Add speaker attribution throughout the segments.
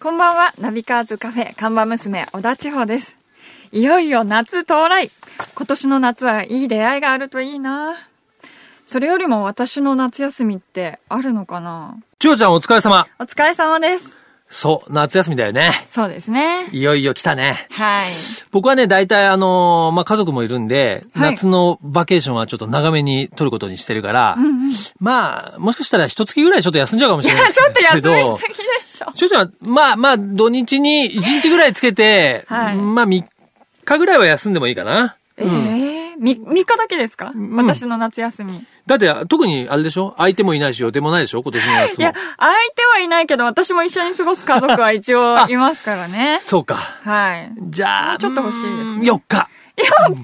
Speaker 1: こんばんは、ナビカーズカフェ、看板娘、小田千穂です。いよいよ夏到来今年の夏はいい出会いがあるといいなそれよりも私の夏休みってあるのかな
Speaker 2: 千代ちゃんお疲れ様。
Speaker 1: お疲れ様です。
Speaker 2: そう、夏休みだよね。
Speaker 1: そうですね。
Speaker 2: いよいよ来たね。
Speaker 1: はい。
Speaker 2: 僕はね、大体あのーまあ、家族もいるんで、
Speaker 1: はい
Speaker 2: 夏のバケーションはちょっと長めに取ることにしてるから、
Speaker 1: んうん
Speaker 2: まあ、もしかしたら一月ぐらいちょっと休んじゃうか も
Speaker 1: い
Speaker 2: し
Speaker 1: や
Speaker 2: れない、
Speaker 1: ちょっと休み
Speaker 2: け
Speaker 1: すぎ
Speaker 2: ど
Speaker 1: でしょ。
Speaker 2: ちょちゃん、まあまあ、土日に1日ぐらいつけて、
Speaker 1: はい
Speaker 2: まあ3日ぐらいは休んでもいいかな。
Speaker 1: ええー、み、3日だけですか、
Speaker 2: ん
Speaker 1: 私の夏休み。
Speaker 2: だって、特にあれでしょ相手もいないし予定もないでしょ今年の夏
Speaker 1: いや
Speaker 2: も。、。
Speaker 1: 相手はいないけど、私も一緒に過ごす家族は一 応いますからね
Speaker 2: そうか。
Speaker 1: はい。
Speaker 2: じゃ
Speaker 1: も
Speaker 2: あ、
Speaker 1: うちょっと欲しいですね
Speaker 2: 4日。
Speaker 1: 4日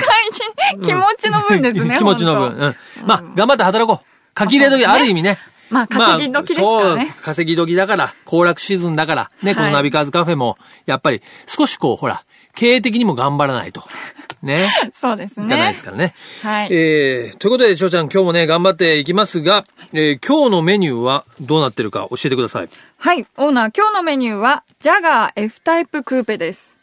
Speaker 1: 一日、 気持ちの分ですね。
Speaker 2: 気持ちの分。
Speaker 1: 本
Speaker 2: うん。まあ、頑張って働こう。書き入れ時、ある意味ね。
Speaker 1: まあ稼ぎ時ですからね
Speaker 2: まあそう、稼ぎ時だから、行楽シーズンだから、
Speaker 1: は
Speaker 2: ね、
Speaker 1: い
Speaker 2: このナビカーズカフェも、やっぱり、少しこう、ほら、経営的にも頑張らな いと。ね。
Speaker 1: 当そうです
Speaker 2: いかない
Speaker 1: ね
Speaker 2: です。からね。
Speaker 1: はい
Speaker 2: えー、ということで、翔ちゃん、今日もね、頑張っていきますが、えー、今日のメニューはどうなってるか教えてください。
Speaker 1: はい。オーナー、今日のメニューは、ジャガー F タイプクーペです。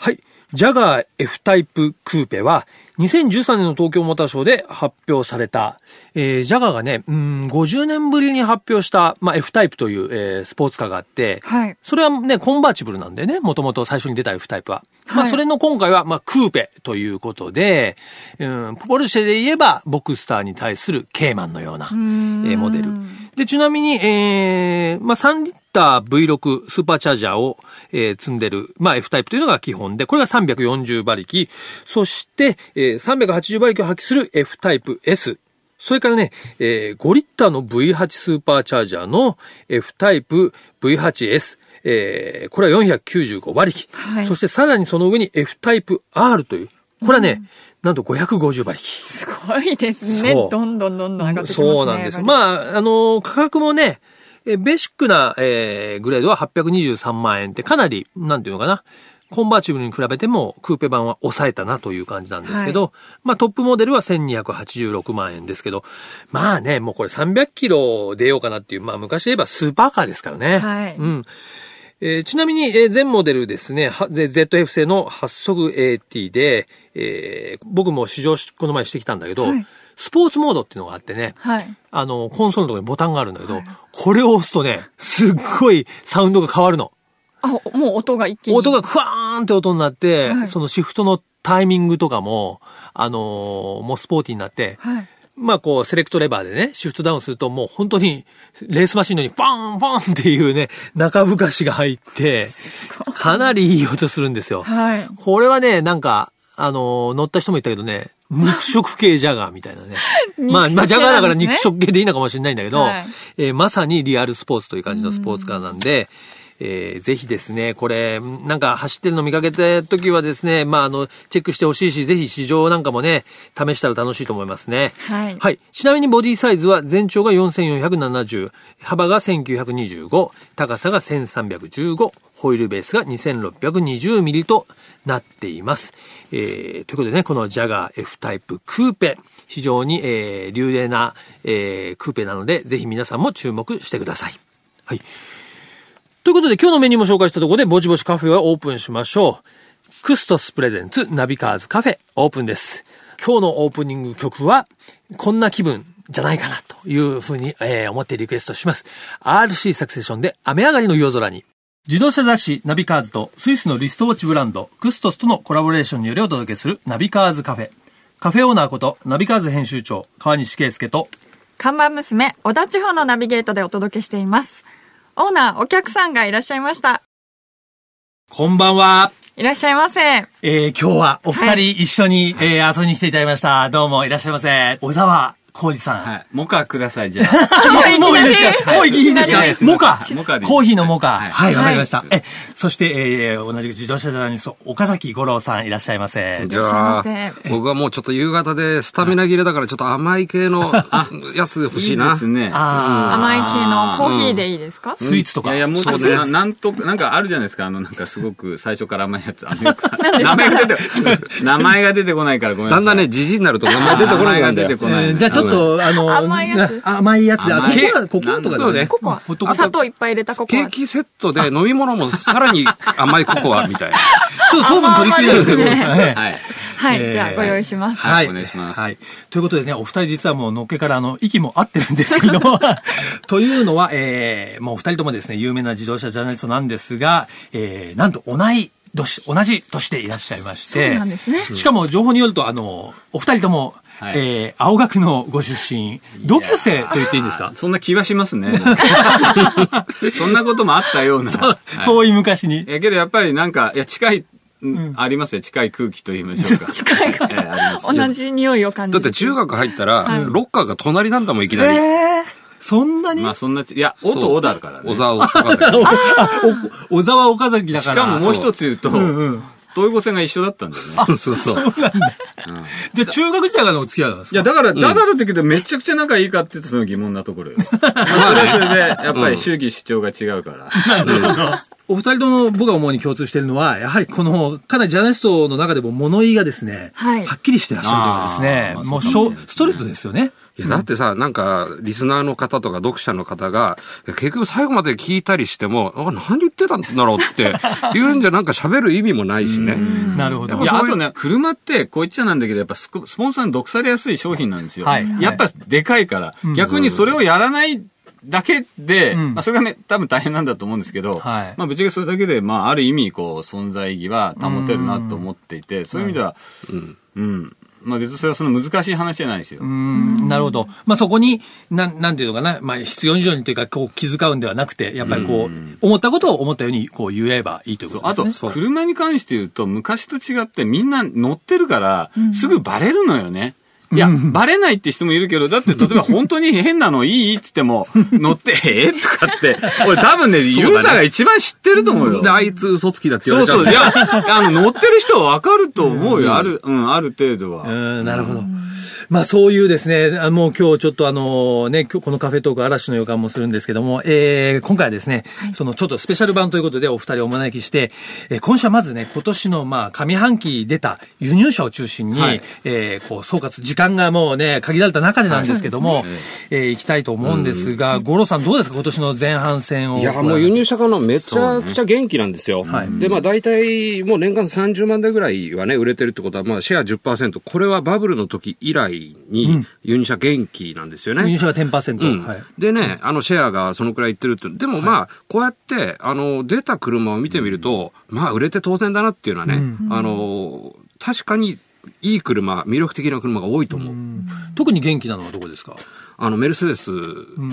Speaker 2: はい。ジャガー F タイプクーペは、2013年の東京モーターショーで発表された、えージャガーがね、うん、50年ぶりに発表した、まあ、F タイプという、えースポーツカーがあって、
Speaker 1: はい
Speaker 2: それはね、コンバーチブルなんでね、もともと最初に出た F タイプは。ま
Speaker 1: は
Speaker 2: あ、
Speaker 1: い
Speaker 2: それの今回は、まあ、クーペということで、うん、ポルシェで言えば、ボクスターに対するケーマンのような、え
Speaker 1: ん
Speaker 2: ーモデル。で、ちなみに、えー、まあ、3リッター V6 スーパーチャージャーを、えー積んでる、まあ、F タイプというのが基本で、これが340馬力、そして、えー380馬力を発揮する F タイプ S。それからね、えー5リッターの V8 スーパーチャージャーの F タイプ V8S。えーこれは495馬力。
Speaker 1: はい
Speaker 2: そしてさらにその上に F タイプ R という。これはね、なんと550馬力。
Speaker 1: すごいですね
Speaker 2: そ。う
Speaker 1: どんどんどんどん上がってきますね。
Speaker 2: そうなんです。
Speaker 1: あ、
Speaker 2: まあ、あの価格もね、えベーシックな、えーグレードは823万円ってかなり、なんていうのかな、コンバーチブルに比べてもクーペ版は抑えたなという感じなんですけど、まあトップモデルは1286万円ですけど、まあね、もうこれ300キロ出ようかなっていう、まあ昔で言えばスーパーカーですからね。
Speaker 1: はい
Speaker 2: うん。えーちなみに、えー全モデルですね、はで ZF 製の発足 AT で、えー僕も試乗し、この前してきたんだけど、
Speaker 1: はい
Speaker 2: スポーツモードっていうのがあってね、
Speaker 1: はい。
Speaker 2: あの、コンソールのところにボタンがあるんだけど、これを押すとね、すっごいサウンドが変わるの。
Speaker 1: あ、もう音が一気に。
Speaker 2: 音がふわーんって音になって、
Speaker 1: はい
Speaker 2: そのシフトのタイミングとかも、あのーもうスポーティーになって、
Speaker 1: はい。
Speaker 2: まあこう、セレクトレバーでね、シフトダウンするともう本当に、レースマシンのように、ファンファンっていうね、中ぶかしが入って、かなりいい音するんですよ。
Speaker 1: はい。
Speaker 2: これはね、なんか、あのー乗った人も言ったけどね、 肉食系ジャガーみたいなね。まあ、まあ、
Speaker 1: 肉食系なんですね
Speaker 2: ジャガーだから肉食系でいいのかもしれないんだけど、
Speaker 1: はい
Speaker 2: えーまさにリアルスポーツという感じのスポーツカーなんで、えーぜひですね、これ、なんか走ってるの見かけた時はですね、まあ、あの、チェックしてほしいし、ぜひ試乗なんかもね、試したら楽しいと思いますね。
Speaker 1: はい
Speaker 2: はい。ちなみにボディサイズは全長が4470、幅が1925、高さが1315、ホイールベースが2620ミリとなっています。えー、ということでね、このジャガー F タイプクーペ、非常に、えー、流麗な、えー、クーペなので、ぜひ皆さんも注目してください。はい。ということで今日のメニューも紹介したところで、ぼちぼちカフェはオープンしましょう。クストスプレゼンツナビカーズカフェオープンです。今日のオープニング曲は、こんな気分じゃないかなというふうに、えー思ってリクエストします。RC サクセションで雨上がりの夜空に。自動車雑誌ナビカーズとスイスのリストウォッチブランドクストスとのコラボレーションによりお届けするナビカーズカフェ。カフェオーナーことナビカーズ編集長川西圭介と
Speaker 1: 看板娘、小田地方のナビゲートでお届けしています。オーナー、お客さんがいらっしゃいました。
Speaker 2: こんばんは。
Speaker 1: いらっしゃいませ。
Speaker 2: えー今日はお二
Speaker 1: は
Speaker 2: 人一緒に、えー遊びに来ていただきました。どうもいらっしゃいませ。小沢浩二さん。
Speaker 3: はい。モカください、じゃあ。
Speaker 2: いやもういいです
Speaker 3: は
Speaker 2: か
Speaker 3: い
Speaker 2: もういいです
Speaker 3: はい
Speaker 2: かモカ
Speaker 3: はいモカでいい
Speaker 2: コーヒーのモカ。
Speaker 3: はい
Speaker 2: はい、わかりました
Speaker 3: は。い
Speaker 2: え、そして、えー同じく自動車ジャーナリスト、岡崎五郎さんいらっしゃいませ。
Speaker 4: じゃ
Speaker 1: いらっしゃい
Speaker 4: あ
Speaker 1: ま、
Speaker 4: 僕はもうちょっと夕方でスタミナ切れだからちょっと甘い系のやつ欲しい
Speaker 3: い
Speaker 4: な
Speaker 3: で。すね。
Speaker 2: あ
Speaker 1: 甘い系のコーヒーでいいですか、
Speaker 2: ー、スイーツと
Speaker 3: い
Speaker 2: か。
Speaker 3: やいや、もうちょっと
Speaker 4: そうね
Speaker 3: な、なんと、なんかあるじゃないですか。あの、なんかすごく最初から甘いやつ。あのよ く名前が出て、名前が出てこないからごめんな さ
Speaker 4: だ
Speaker 3: い。
Speaker 4: んだんね、じじになると名前出てこない
Speaker 3: 名前
Speaker 4: ん
Speaker 3: が
Speaker 4: だ
Speaker 3: 出て
Speaker 4: よ。
Speaker 3: こない
Speaker 2: えー
Speaker 3: ね。
Speaker 2: じゃあちょょっと、あの、
Speaker 1: 甘いやつ
Speaker 2: な甘いやつで、あ
Speaker 3: 甘い
Speaker 2: ココア、ココアとか
Speaker 4: そうね
Speaker 1: ココア
Speaker 2: ホットココア
Speaker 1: 砂糖いっぱい入れたココ
Speaker 4: ケ
Speaker 1: ア
Speaker 4: ー。キセットで飲み物もさらに甘いココアみ たいな。
Speaker 2: ちょっと糖分取りすぎなんですけど
Speaker 1: 甘々
Speaker 2: はい
Speaker 3: はい。
Speaker 1: は
Speaker 2: えー
Speaker 1: い、じゃあご用意します。
Speaker 3: はいお願いします
Speaker 2: はい。ということでね、お二人実はもうのっけから、あの、息も合ってるんですけど、 というのは、えー、もうお二人ともですね、有名な自動車ジャーナリストなんですが、えー、なんと同い年、同じ年でいらっしゃいまして、
Speaker 1: そうなんですね
Speaker 2: しかも情報によると、あの、お二人とも、
Speaker 3: はい
Speaker 2: えー、青学のご出身、同級生と言っていいんですか
Speaker 3: そんな気はしま すね。そんなこともあったような。はい
Speaker 2: 遠い昔に。
Speaker 3: えけどやっぱりなんか、いや、近い、うんありますよ。近い空気と言いましょ うか。
Speaker 1: 近いか
Speaker 3: えーあり
Speaker 1: ら
Speaker 3: ま、す
Speaker 1: 同じ匂いを感じ
Speaker 4: だっ
Speaker 1: る。
Speaker 4: て中学入ったら、ロッカーが隣なんだもん、いき
Speaker 2: え
Speaker 4: なり。
Speaker 2: ー、そんなに、
Speaker 3: まあそんなち、いや、おとおだからね。
Speaker 4: 小沢を書かせて。
Speaker 2: あお小沢岡崎だ
Speaker 3: し
Speaker 2: から。
Speaker 3: かももう一つ言うと、
Speaker 2: うんうん。
Speaker 3: 東横線が一緒だったんだよね。
Speaker 4: そうそう。
Speaker 2: じゃあ中学時代からのお付き合いなんですか
Speaker 3: いや、だから、だからってけど、めちゃくちゃ仲いいかって言うとその疑問なと ころよ。まあそれはそれで、やっぱり主義主張が違うから。
Speaker 2: お二人とも僕が思うに共通しているのは、やはりこの、かなりジャーナリストの中でも物言いがですね、
Speaker 1: はい
Speaker 2: っきりしてらっしゃるというかですね、
Speaker 3: あー
Speaker 2: もう
Speaker 3: そう
Speaker 2: し
Speaker 3: かも
Speaker 2: ょ
Speaker 3: しれない
Speaker 2: ストレートですよね。
Speaker 4: いや、だってさ、なんか、リスナーの方とか読者の方が、いや結局最後まで聞いたりしても、あ何言ってたんだろうって言うんじゃなんか喋る意味もないしね。
Speaker 2: なるほど。
Speaker 3: いや、
Speaker 2: や
Speaker 3: あとね、車って、こう言っちゃなんだけど、やっぱスコスポンサーに毒されやすい商品なんですよ。
Speaker 2: はい
Speaker 3: やっぱでかいから、
Speaker 2: うん
Speaker 3: 逆にそれをやらないだけで、
Speaker 2: うん
Speaker 3: まあ、それがね、多分大変なんだと思うんですけど、
Speaker 2: はい
Speaker 3: まあ、ぶっちゃけそれだけで、まあ、ある意味、こう、存在意義は保てるなと思っていて、そういう意味では、
Speaker 4: うん。
Speaker 3: うん。まあ、別にそれはその難しい話じゃないですよ
Speaker 2: うー。んなるほど。まあそこに、なん、なんていうのかな、まあ必要以上にというか、こう気遣うんではなくて、やっぱりこう、
Speaker 3: うん
Speaker 2: 思ったことを思ったように、こう言えばいいという
Speaker 3: そう
Speaker 2: こ
Speaker 3: あ
Speaker 2: と
Speaker 3: と
Speaker 2: ですね。
Speaker 4: そう
Speaker 3: 車に関して言うと昔と違ってみんな乗ってるからすぐバレるのよね。いや、バレないって人もいるけど、だ って例えば本当に変なのいいって言って も、乗って、えーとかって、 俺多分ね、ユーザーが一番知ってると思うよ。
Speaker 4: で、あいつ嘘つきだって言わ
Speaker 3: そう
Speaker 4: れちゃう
Speaker 3: そ
Speaker 4: ん
Speaker 3: う。
Speaker 4: だ
Speaker 3: い
Speaker 4: よ。
Speaker 3: や、あの、乗ってる人はわかると思うよ。ある、うん、ある程度
Speaker 2: う
Speaker 3: は。
Speaker 2: ん、なるほど。まあそういうですね、あもう今日ちょっとあのね、今日このカフェトーク嵐の予感もするんですけども、えー、今回はですね、そのちょっとスペシャル版ということでお二人をお招きして、えー今週はまずね、今年のまあ上半期出た輸入車を中心に、
Speaker 3: はい
Speaker 2: えーこう総括、時間がもうね、限られた中でなんですけども、えー行きたいと思うんですが、五郎さんどうですか今年の前半戦を。
Speaker 4: いや、もう輸入車がのめちゃくちゃ元気なんですよ。で、まあ大体もう年間30万台ぐらいはね、売れてるってことは、まあシェア10%。これはバブルの時以来に輸入車元気なんですよね。
Speaker 2: 輸入車が10%。
Speaker 4: うん
Speaker 2: はい。
Speaker 4: でね、あのシェアがそのくらいいってるって、でもまあ、こうやって、あの、出た車を見てみると、まあ、売れて当然だなっていうのはね、
Speaker 2: うん
Speaker 4: あの、確かに、いい車、魅力的な車が多いと思う。
Speaker 2: うん特に元気なのはどこですか
Speaker 4: あの、メルセデス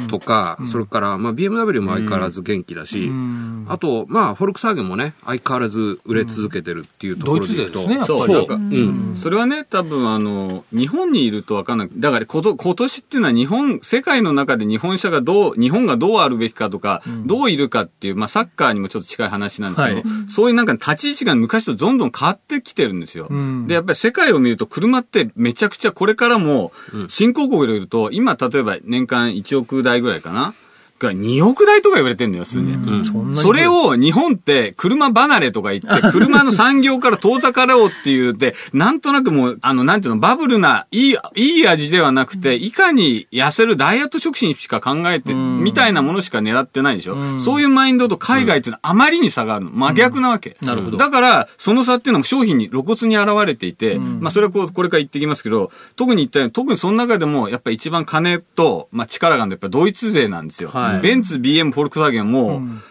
Speaker 4: とか、それから、まあ、BMW も相変わらず元気だし、
Speaker 2: ん
Speaker 4: あと、まあ、フォルクスワーゲンもね、相変わらず売れ続けてるっていうとこ
Speaker 2: ドイ
Speaker 4: ろ
Speaker 2: ツ
Speaker 4: でい
Speaker 2: 勢
Speaker 4: く
Speaker 2: で
Speaker 4: と、
Speaker 2: すね、やっぱり。
Speaker 3: そう
Speaker 4: そう、
Speaker 3: な
Speaker 4: うんん。
Speaker 3: それはね、多分あの、日本にいるとわかんない。だからこと今年っていうのは日本、世界の中で日本車がどう、日本がどうあるべきかとか、どういるかっていう、まあサッカーにもちょっと近い話なんですけど、
Speaker 2: はい
Speaker 3: そういうなんか立ち位置が昔とどんどん変わってきてるんですよ。
Speaker 2: うん
Speaker 3: で、やっぱり世界を見ると車ってめちゃくちゃこれからも、新興国でいると、今例えば年間1億台ぐらいかなが2億台とか言われてるんだよ、すでに。
Speaker 4: うん
Speaker 2: そんなに
Speaker 3: それを日本って車離れとか 言って、車の産業から遠ざかろうっていうで、なんとなくもう、あの、なんていうの、バブルな、いい、いい味ではなくて、いかに痩せるダイエット食品しか考えて、
Speaker 2: うん
Speaker 3: みたいなものしか狙ってないでし
Speaker 2: う
Speaker 3: ょ。
Speaker 2: ん
Speaker 3: そういうマインドと海外っていうのはあまりに差があるの。真逆なわけ。
Speaker 2: うんなるほど
Speaker 3: だから、その差っていうのも商品に露骨に現れていて、まあ、それはこう、これから言ってきますけど、特に言ったように、特にその中でも、やっぱり一番金と、まあ、力があるのはやっぱドイツ勢なんですよ。
Speaker 2: はい
Speaker 3: ベンツ、BM、フォルクスワーゲンも、
Speaker 2: うん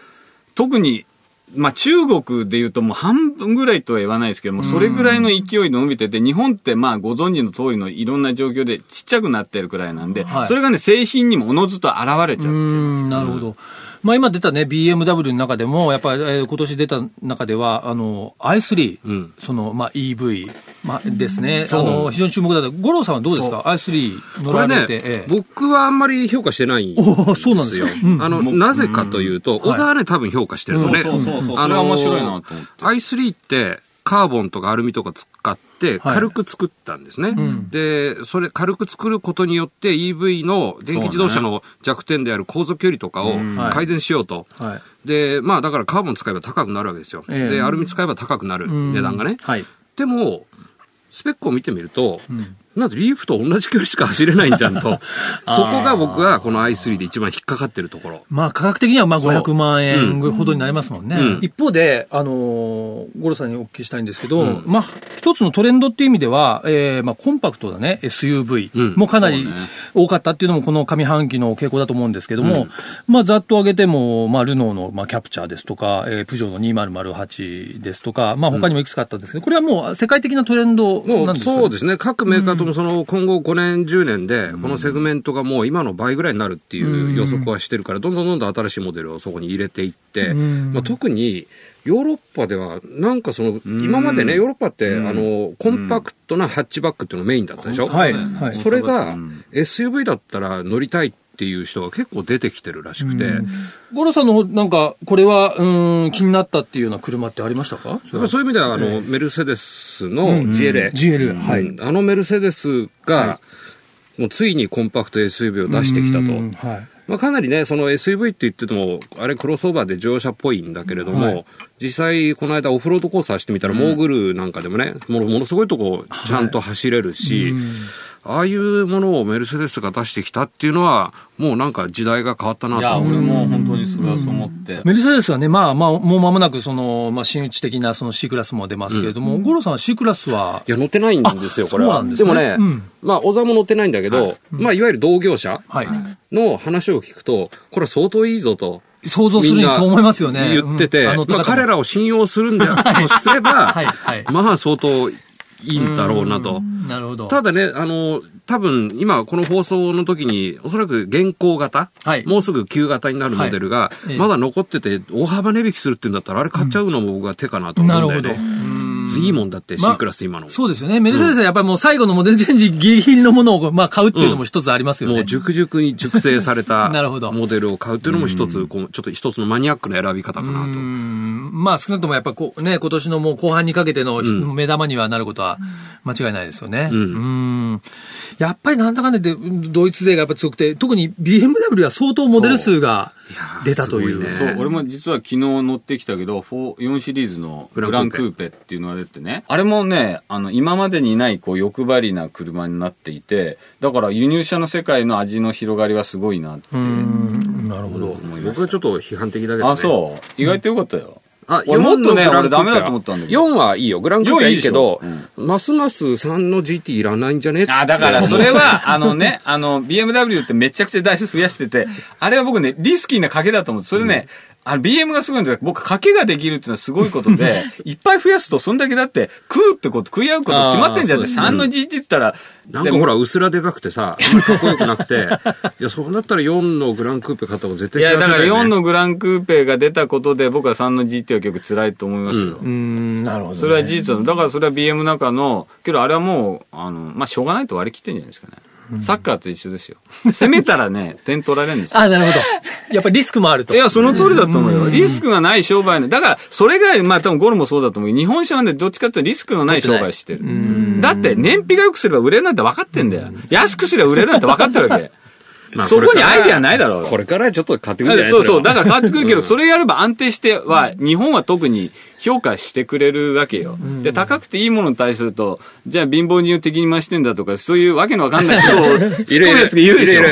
Speaker 3: 特に、まあ、中国で言うともう半分ぐらいとは言わないですけども、それぐらいの勢いで伸びてて、日本ってまあご存知の通りのいろんな状況でちっちゃくなってるくらいなんで、
Speaker 2: はい
Speaker 3: それがね、製品にもおのずと現れちゃ
Speaker 2: うー
Speaker 3: う。
Speaker 2: んなるほど、まあ、今出たね、BMW の中でも、やっぱり、えー今年出た中では、あの i3、
Speaker 4: うん
Speaker 2: そのまあ、EV、まあ、ですね、あ
Speaker 3: そう
Speaker 2: の非常に注目だった、五郎さんはどうですか、i3 乗
Speaker 4: こ
Speaker 2: ら
Speaker 4: れ
Speaker 2: れ
Speaker 4: ね
Speaker 2: て、ええ、
Speaker 4: 僕はあんまり評価してないんです
Speaker 2: おーそうなんです
Speaker 4: よ
Speaker 2: かうん。
Speaker 4: あの、なぜかというと、小沢はね、多分評価してるのね。
Speaker 3: そうそうそうそう
Speaker 4: あ
Speaker 3: それ
Speaker 4: の
Speaker 3: は面白いなと思って
Speaker 4: i3 って、カーボンとかアルミとか使って、
Speaker 2: はい
Speaker 4: 軽く作ったんですね。
Speaker 2: ん
Speaker 4: で、それ、軽く作ることによって、EV の電気自動車の弱点である航続距離とかを
Speaker 2: はい
Speaker 4: 改善しようと。
Speaker 2: はい
Speaker 4: で、まあ、だからカーボン使えば高くなるわけですよ。
Speaker 2: ええ
Speaker 4: で、アルミ使えば高くなる、値段がね。
Speaker 2: はい、
Speaker 4: でも、スペックを見てみると、なんとリーフと同じ距離しか走れないんじゃん と。そこが僕はこの i3 で一番引っかかってるところ。
Speaker 2: まあ価格的にはまあ500万円ほどになりますもんね。
Speaker 4: うん
Speaker 2: 一方で、あのーゴロさんにお聞きしたいんですけど、まあ一つのトレンドっていう意味では、えーまあコンパクトだね、
Speaker 4: うん
Speaker 2: SUV もかなり
Speaker 3: そうね
Speaker 2: 多かったっていうのもこの上半期の傾向だと思うんですけども、まあざっと上げても、まあルノーのまあキャプチャーですとか、えープジョーの2008ですとか、まあ他にもいくつかあったんですけど、これはもう世界的なトレンド
Speaker 4: も
Speaker 2: なんで
Speaker 4: う
Speaker 2: すか、ね、
Speaker 4: そうですね。各メーカーともその今後5年、10年で、このセグメントがもう今の倍ぐらいになるっていう予測はしてるから、どんどんどんどん新しいモデルをそこに入れていって、
Speaker 2: うん
Speaker 4: まあ、特にヨーロッパでは、なんかその、今までね、ヨーロッパって、あの、コンパクトなハッチバックっていうのがメインだったでしょ
Speaker 2: はいはい
Speaker 4: それが
Speaker 3: うん、
Speaker 4: SUV だったら乗りたいっていう人が結構出てきてるらしくて、
Speaker 2: ゴロさんの方なんか、これは、うーん、気になったっていうような車ってありましたか
Speaker 4: やっぱそういう意味では、あの、メルセデスの GLA。
Speaker 2: GL、はい。
Speaker 4: あのメルセデスが、もうついにコンパクト SUV を出してきたと。
Speaker 2: うんはい。
Speaker 4: まあ、かなりね、その SUV って言ってても、あれクロスオーバーで乗車っぽいんだけれども、
Speaker 2: はい
Speaker 4: 実際この間オフロードコース走ってみたら、モーグルなんかでもね、ものものすごいとこちゃんと走れるし、ああいうものをメルセデスが出してきたっていうのは、もうなんか時代が変わったなと、
Speaker 3: いや、俺も本当にそれはそう思って。
Speaker 2: メルセデスはね、まあまあ、もう間もなく、その、まあ、新内的な、その C クラスも出ますけれども、ゴロさんは C クラスはい
Speaker 4: や、乗ってないんですよ、
Speaker 2: あ
Speaker 4: これは。
Speaker 2: そうなんで
Speaker 4: です
Speaker 2: ね
Speaker 4: もね、
Speaker 2: うん
Speaker 4: まあ、小沢も乗ってないんだけど、まあ、いわゆる同業者
Speaker 2: はい。
Speaker 4: の話を聞くと、これは相当いいぞと。
Speaker 2: 想像するにそう思いますよね。
Speaker 4: 言ってて、
Speaker 2: うんあの、
Speaker 4: まあ、彼
Speaker 2: ら、
Speaker 4: らを信用するんだとすれば、
Speaker 2: はいはい
Speaker 4: まあ、相当いいんだろうなと。
Speaker 2: なるほど。
Speaker 4: ただね、あの、多分、今、この放送の時に、おそらく現行型、
Speaker 2: はい
Speaker 4: もうすぐ旧型になるモデルが、
Speaker 2: いええ
Speaker 4: まだ残ってて、大幅値引きするって言うんだったら、あれ買っちゃうのも僕は手かなと思
Speaker 2: なる
Speaker 4: う
Speaker 2: ほ
Speaker 4: んだ
Speaker 2: ど。
Speaker 4: よね。いいもんだって、
Speaker 2: ま
Speaker 4: C クラス今の。
Speaker 2: そうですよね。メルセデスはやっぱりもう最後のモデルチェンジギリギリのものを、まあ、買うっていうのも一つありますよね。
Speaker 4: もう熟熟に熟成さ れた
Speaker 2: なるほど
Speaker 4: モデルを買うっていうのも一つ、こうちょっと一つのマニアックな選び方か
Speaker 2: うー
Speaker 4: なん
Speaker 2: まあ少なくともやっぱこうね、今年のもう後半にかけての
Speaker 4: ん
Speaker 2: 目玉にはなることは間違いないですよね。う
Speaker 4: うん
Speaker 2: ーん。やっぱりなんだかんだでドイツ勢がやっぱ強くて、特に BMW は相当モデル数が
Speaker 4: ー
Speaker 2: 出たという。
Speaker 4: すごいね
Speaker 3: そう、俺も実は昨日乗ってきたけど、4 4シリーズのグランクーペっていうのが出てね。あれもね、あの、今までにない、こう、欲張りな車になっていて、だから輸入車の世界の味の広がりはすごいなって。
Speaker 2: うーん。なるほど。
Speaker 4: と。僕はちょっと批判的だけど、ね。
Speaker 3: あ、そう。意外と良かったよ。
Speaker 4: あ、
Speaker 3: 俺もっとね、
Speaker 4: 4の
Speaker 3: 俺
Speaker 4: グラ
Speaker 3: ダ
Speaker 4: ン
Speaker 3: メ
Speaker 4: クーペ
Speaker 3: だと思ったんだけど。
Speaker 4: 4はいいよ。グランクーペはいいけど
Speaker 3: 4いいでし、
Speaker 4: ますます3の GT いらないんじゃね
Speaker 3: あ、だから、それは、あのね、あの、BMW ってめちゃくちゃ台数増やしてて、あれは僕ね、リスキーな賭けだと思って、それね、あの、BM がすごいんだけど、僕、賭けができるっていうのはすごいこと で、いっぱい増やすと、そんだけだって、食うってこと、食い合うこと決まってんじゃんって、3の GT って言ったら、
Speaker 4: なんかほら、薄らでかくてさ、あんまりかっこよくなくて、 いや、そうなったら4のグランクーペ買った方が絶
Speaker 3: い
Speaker 4: 対
Speaker 3: や、だ
Speaker 4: 幸せ
Speaker 3: から
Speaker 4: よね
Speaker 3: 4のグランクーペが出たことで、僕は3の GT は結構辛いと思いますよ。
Speaker 2: うーん、なるほど、ね。
Speaker 3: それは事実なの。だからそれは BM の中の、けどあれはもう、あの、まあ、しょうがないと割り切ってんじゃないですかね。サッカーと一緒ですよ。攻めたらね、点取られるんですよ
Speaker 2: あ、なるほど。 やっぱりリスクもあると。
Speaker 3: いや、その通りだと思うよ。リスクがない商売の。だから、それが、まあ多分ゴルもそうだと思うけど日本車はね、どっちかっていうとリスクのない商売してる。だって、燃費が良くすれば売れるなんて分かってんだよ。安くすれば売れるなんて分かってるわけ。
Speaker 4: まあ
Speaker 3: そこ
Speaker 4: れ
Speaker 3: に
Speaker 4: から
Speaker 3: アイデアないだろう。
Speaker 4: これからちょっと買ってくるんじゃない
Speaker 3: そうそう。だ
Speaker 4: れ
Speaker 3: か
Speaker 4: は
Speaker 3: ら変わってくるけど、それやれば安定しては、日本は特に評価してくれるわけよ。で、高くていいものに対すると、じゃあ貧乏人を敵に回してんだとか、そういうわけのわかんない 人を、突っ込むやつがいるでしょ
Speaker 4: いるいる。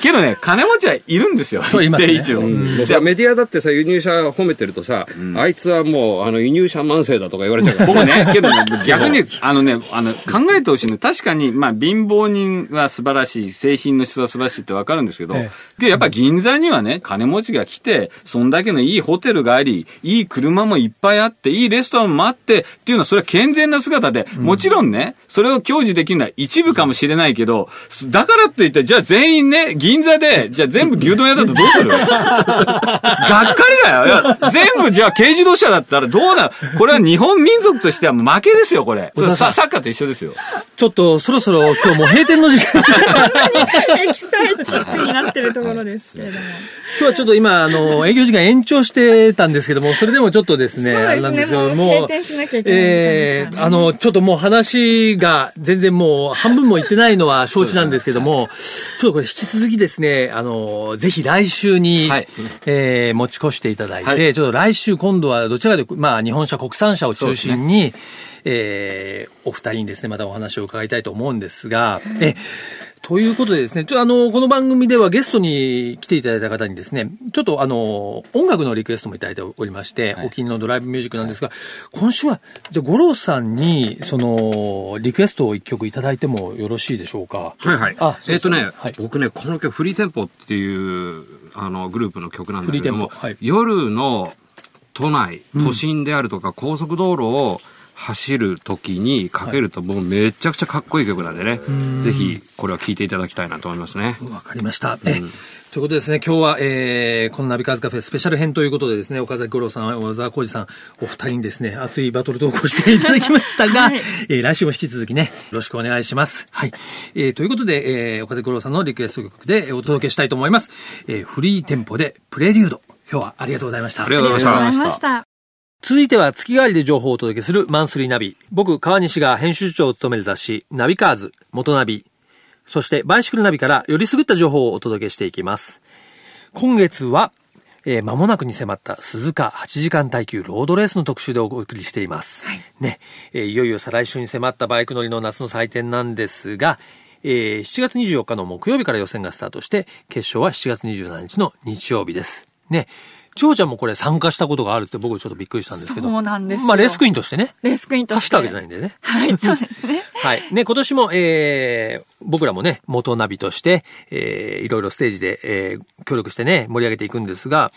Speaker 3: けどね、金持ちはいるんですよ。
Speaker 2: そうい
Speaker 3: 一
Speaker 2: ますね
Speaker 3: 定以上。
Speaker 4: うん
Speaker 3: じゃあ
Speaker 4: メディアだってさ、輸入車褒めてるとさ、あいつはもう、あの、輸入車慢性だとか言われちゃうから。
Speaker 3: 僕ね、けどね、逆に、あのね、あの、考えてほしいの。確かに、まあ、貧乏人は素晴らしい、製品の質は素晴らしいってわかるんですけど、
Speaker 2: え
Speaker 3: けどやっぱ銀座にはね、金持ちが来て、そんだけのいいホテルがあり、いい車もいっぱいあって、いいレストランもあって、っていうのはそれは健全な姿で、もちろんね、それを享受できるのは一部かもしれないけど、だからって言って、じゃあ全員ね、銀座で、じゃあ全部牛丼屋だとどうするがっかりだよ。いや全部じゃあ軽自動車だったらどうだこれは日本民族としては負けですよ、これ。それササッカーと一緒ですよ。
Speaker 2: ちょっと、そろそろ今日もう閉店の時 間。
Speaker 1: エキサイティングになってるところですけれども。
Speaker 2: 今日はちょっと今、あの、営業時間延長してたんですけども、それでもちょっとですね、
Speaker 1: そうですね
Speaker 2: あれなんですよ、
Speaker 1: もう
Speaker 2: も
Speaker 1: 閉
Speaker 2: う
Speaker 1: 店しなきゃい、けない
Speaker 2: え
Speaker 1: 時間ですから
Speaker 2: ー
Speaker 1: ね
Speaker 2: あの、ちょっともう話が全然もう半分もいってないのは承知なんですけども、ちょっとこれ引き続きひですね、あの、ぜひ来週に、
Speaker 3: はい
Speaker 2: えー持ち越していただいて、
Speaker 3: はい
Speaker 2: ちょっと来週今度はどちらかで、まあ、日本車、国産車を中心に、えーお二人にですね、またお話を伺いたいと思うんですが、え、ということでですね、ちょ、あの、この番組ではゲストに来ていただいた方にですね、ちょっとあの、音楽のリクエストもいただいておりまして、お気に入りのドライブミュージックなんですが、今週は、じゃあ五郎さんに、その、リクエストを一曲いただいてもよろしいでしょうか。
Speaker 4: はいはい。
Speaker 2: あそうそう
Speaker 4: えっ、とね、
Speaker 2: はい
Speaker 4: 僕ね、この曲、フリーテンポっていう、あの、グループの曲なんだけども、
Speaker 2: フリーテンポはい
Speaker 4: 夜の都内、都心であるとか、高速道路を走る時にかけると、もうめちゃくちゃかっこいい曲なんでね、ぜひ、これは聴いていただきたいなと思いますね。
Speaker 2: わかりました。え、ということでですね、今日は、えー、このナビカーズカフェスペシャル編ということでですね、岡崎五郎さん、小沢浩二さん、お二人にですね、熱いバトル投稿していただきましたが、
Speaker 1: はい
Speaker 2: えー来週も引き続きね、よろしくお願いします。はい。えーということで、えー岡崎五郎さんのリクエスト曲でえーお届けしたいと思います。えーフリーテンポでプレリュード。今日はありがとうございました。
Speaker 4: ありがとうござい
Speaker 1: あ
Speaker 4: ました
Speaker 1: りがとうございました。
Speaker 2: 続いては月替わりで情報をお届けするマンスリーナビ。僕、川西が編集長を務める雑誌、ナビカーズ、元ナビ。そして、バイシクルナビからよりすぐった情報をお届けしていきます。今月は、えー間もなくに迫った鈴鹿8時間耐久ロードレースの特集でお送りしています。
Speaker 1: はい
Speaker 2: ね、えーいよいよ再来週に迫ったバイク乗りの夏の祭典なんですが、えー7月24日の木曜日から予選がスタートして、決勝は7月27日の日曜日です。ね、千穂ちゃんもこれ参加したことがあるって僕ちょっとびっくりしたんですけど。
Speaker 1: そうなんですよ
Speaker 2: まあレースクイーンとしてね。
Speaker 1: レースクイーンとし。
Speaker 2: 走ってたわけじゃないんだよね。
Speaker 1: はい、そうですね。
Speaker 2: はい。ね、今年も、えー、僕らもね、元ナビとして、えー、いろいろステージで、えー、協力してね、盛り上げていくんですが、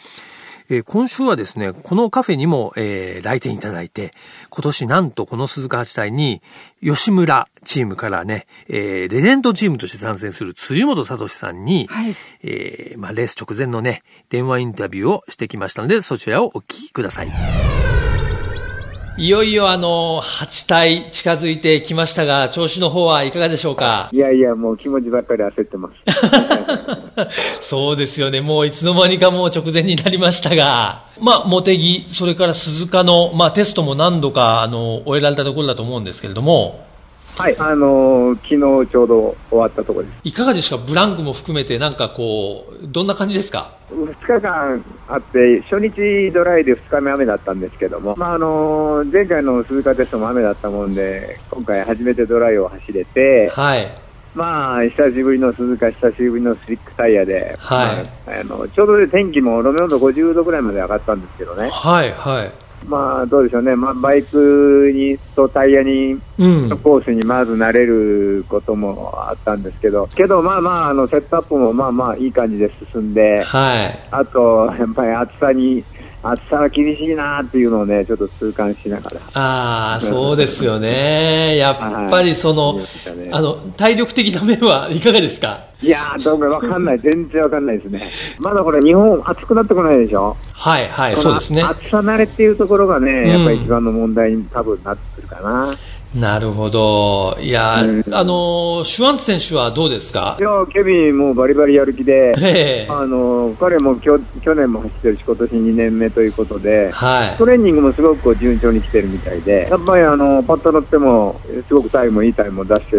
Speaker 2: えー、今週はですね、このカフェにも、えー、来店いただいて、今年なんとこの鈴鹿八隊に、吉村チームからね、えー、レジェンドチームとして参戦する辻本聡さんに、
Speaker 1: はい
Speaker 2: えー、まあ、レース直前のね、電話インタビューをしてきましたので、そちらをお聞きください。いよいよあの、8体近づいてきましたが、調子の方はいかがでしょうか
Speaker 5: いやいや、もう気持ちばっかり焦ってます。
Speaker 2: そうですよね。もういつの間にかもう直前になりましたが、まあ、茂木、それから鈴鹿の、まあ、テストも何度か、あの、終えられたところだと思うんですけれども、
Speaker 5: はい、あのー昨日ちょうど終わったところで
Speaker 2: いかがですかブランクも含めて、なんかこう、どんな感じですか
Speaker 5: す。2日間あって、初日ドライで2日目雨だったんですけども、まああのー前回の鈴鹿テストも雨だったもんで、今回初めてドライを走れて、
Speaker 2: はい。
Speaker 5: まあ、久しぶりの鈴鹿、久しぶりのスリックタイヤで、
Speaker 2: はい
Speaker 5: まああのちょうどで天気も路面温度50度ぐらいまで上がったんですけどね、
Speaker 2: はい、はい。
Speaker 5: まあどうでしょうね、まあ、バイクにとタイヤに
Speaker 2: うん。
Speaker 5: コースにまず慣れることもあったんですけど、けどまあまあ、あのセットアップもまあまあいい感じで進んで、
Speaker 2: はい。
Speaker 5: あと、やっぱり暑さに、暑さは厳しいなっていうのをね、ちょっと痛感しながら。
Speaker 2: ああ、そうですよね。やっぱりその
Speaker 5: はいいいですかね、
Speaker 2: あの、体力的な面はいかがですか
Speaker 5: いやー、どうかわかんない、全然わかんないですね。まだこれ、日本、暑くなってこないでしょ、
Speaker 2: はい、はい、そうですね
Speaker 5: この。暑さ慣れっていうところがね、やっぱ
Speaker 2: う
Speaker 5: り
Speaker 2: ん
Speaker 5: 一番の問題に多分なってくるかな。
Speaker 2: なるほど。いやー、
Speaker 5: うん
Speaker 2: あのー、シュワンツ選手はどうですか、
Speaker 5: いやーケビンもバリバリやる気で
Speaker 2: ええ
Speaker 5: あのー彼もきょ去年も走ってるし、今年2年目ということで、
Speaker 2: はい
Speaker 5: ト。レーニングもすごくこう順調に来てるみたいで、やっぱりあの、パッと乗っても、すごくタイムもいいタイムも出して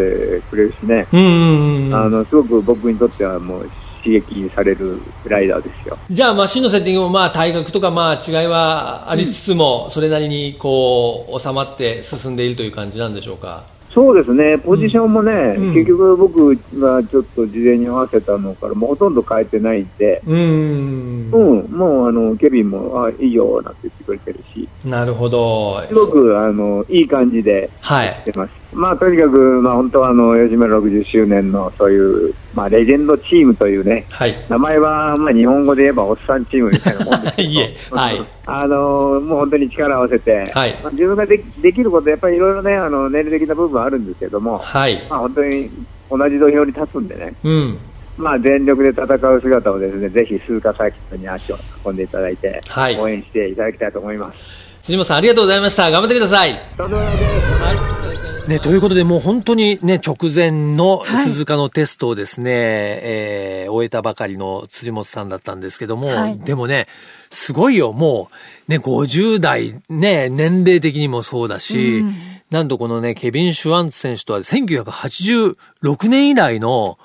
Speaker 5: くれるしね、
Speaker 2: うんうんうん
Speaker 5: あの、すごく僕にとってはもう刺激されるライダーですよ。
Speaker 2: じゃあ、マシンのセッティングも、まあ、体格とか、まあ、違いはありつつも、それなりに、こう、収まって進んでいるという感じなんでしょうか。
Speaker 5: そうですね、ポジションもね、
Speaker 2: ん
Speaker 5: 結局僕はちょっと事前に合わせたのから、もうほとんど変えてないんで、
Speaker 2: うんうん
Speaker 5: う、
Speaker 2: うん
Speaker 5: もうあの、ケビンも、あ、いいよ、なんて言ってくれてるし、
Speaker 2: ん。なるほど。
Speaker 5: すごくあの、いい感じで、
Speaker 2: はい。
Speaker 5: してます。まあ、とにかく、まあ、本当はあの、吉村60周年の、そういう、まあ、レジェンドチームというね、
Speaker 2: はい。
Speaker 5: 名前は、まあ、日本語で言えばおっさんチームみたいなもんですけ ど
Speaker 2: いえはい
Speaker 5: あのもう本当に力を合わせて、
Speaker 2: はい
Speaker 5: まあ自分ができできること、やっぱりいろいろね、あの年齢的な部分はあるんですけども、
Speaker 2: はい。
Speaker 5: まあ、本当に同じ土俵に立つんでね、
Speaker 2: うん。
Speaker 5: まあ、全力で戦う姿をですね、ぜひ鈴鹿サーキットに足を運んでいただいて、
Speaker 2: はい
Speaker 5: 応援していただきたいと思います。
Speaker 2: 辻本さん、ありがとうございました。頑張ってください。
Speaker 5: とんでもないです
Speaker 2: ね、ということで、もう本当にね、直前の
Speaker 1: はい
Speaker 2: 鈴鹿のテストをですね、えー終えたばかりの辻本さんだったんですけども、
Speaker 1: はい
Speaker 2: でもね、すごいよ、もう、ね、50代、ね、年齢的にもそうだし、
Speaker 1: うん
Speaker 2: なんとこのね、ケビン・シュワンツ選手とは1986年以来の、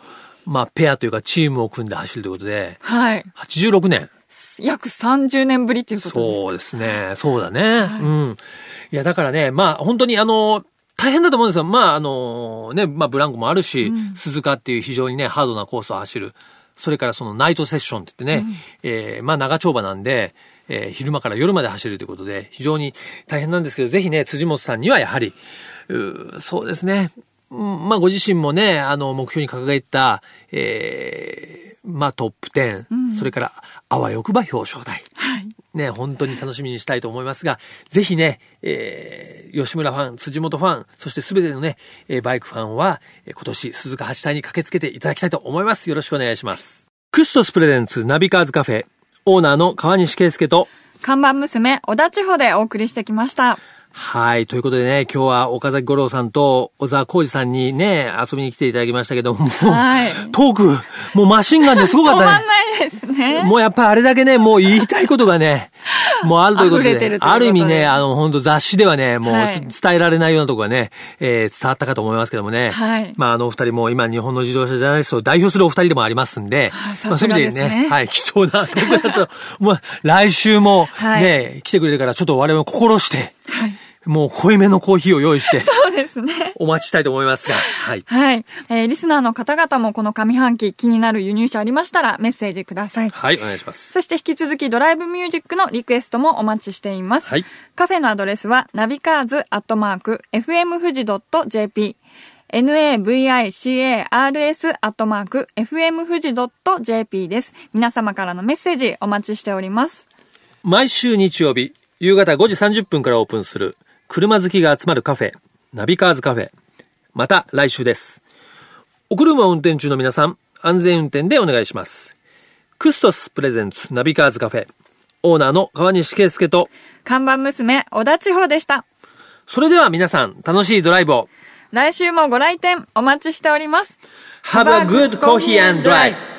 Speaker 2: まあ、ペアというかチームを組んで走るということで、
Speaker 1: はい。
Speaker 2: 86年。
Speaker 1: 約30年ぶりということです
Speaker 2: そうですね。そうだね。うん。いや、だからね、まあ、本当にあの、大変だと思うんですよ。まあ、あの、ね、まあ、ブランコもあるし、鈴鹿っていう非常にね、ハードなコースを走る。それからそのナイトセッションって言ってね、えーまあ、長丁場なんで、えー昼間から夜まで走るということで、非常に大変なんですけど、ぜひね、辻本さんにはやはり、うーそうですね。うんまあ、ご自身もね、あの、目標に掲げた、えーまあ、トップ10、それから、あわよくば表彰台。ね、本当に楽しみにしたいと思いますが、ぜひね、えー、吉村ファン、辻元ファン、そして全てのね、えーバイクファンは、えー今年鈴鹿八隊に駆けつけていただきたいと思います。よろしくお願いします。クストスプレゼンツナビカーズカフェ、オーナーの川西圭介と、
Speaker 1: 看板娘、小田地方でお送りしてきました。
Speaker 2: はい。ということでね、今日は岡崎五郎さんと小沢浩二さんにね、遊びに来ていただきましたけども、
Speaker 1: はい
Speaker 2: トーク、もうマシンガンですご
Speaker 1: 止
Speaker 2: かっ
Speaker 1: ま
Speaker 2: たね。
Speaker 1: んないですね。
Speaker 2: もうやっぱりあれだけね、もう言いたいこと がね、もうあるということ
Speaker 1: 溢れて
Speaker 2: で、
Speaker 1: るということで
Speaker 2: ある意味ね、あの、本当雑誌ではね、もう
Speaker 1: はい
Speaker 2: ちょっと伝えられないようなところがね、えー伝わったかと思いますけどもね。
Speaker 1: はい
Speaker 2: まあ、あのお二人も今日本の自動車ジャーナリストを代表するお二人でもありますんで、
Speaker 1: はい
Speaker 2: まあそういう意味で
Speaker 1: さすがですね
Speaker 2: はい、貴重なところだと、もう来週もね、
Speaker 1: はい
Speaker 2: 来てくれるから、ちょっと我々も心して、
Speaker 1: はい。
Speaker 2: もう濃いめのコーヒーを用意して、
Speaker 1: そうですね。
Speaker 2: お待ちしたいと思いますが、はい。
Speaker 1: はい。えーリスナーの方々もこの上半期気になる輸入車ありましたらメッセージください。
Speaker 2: はい、お願いします。
Speaker 1: そして引き続きドライブミュージックのリクエストもお待ちしています。
Speaker 2: はい
Speaker 1: カフェのアドレスはナビカーズアットマーク FM 富士 .jp navicars アットマーク FM 富士 .jp です。皆様からのメッセージお待ちしております。
Speaker 2: 毎週日曜日、夕方5時30分からオープンする、車好きが集まるカフェ、ナビカーズカフェ。また来週です。お車を運転中の皆さん、安全運転でお願いします。クストスプレゼンツナビカーズカフェ、オーナーの川西圭介と、
Speaker 1: 看板娘、小田地方でした。
Speaker 2: それでは皆さん、楽しいドライブを。
Speaker 1: 来週もご来店お待ちしております。
Speaker 2: Have a good coffee and drive!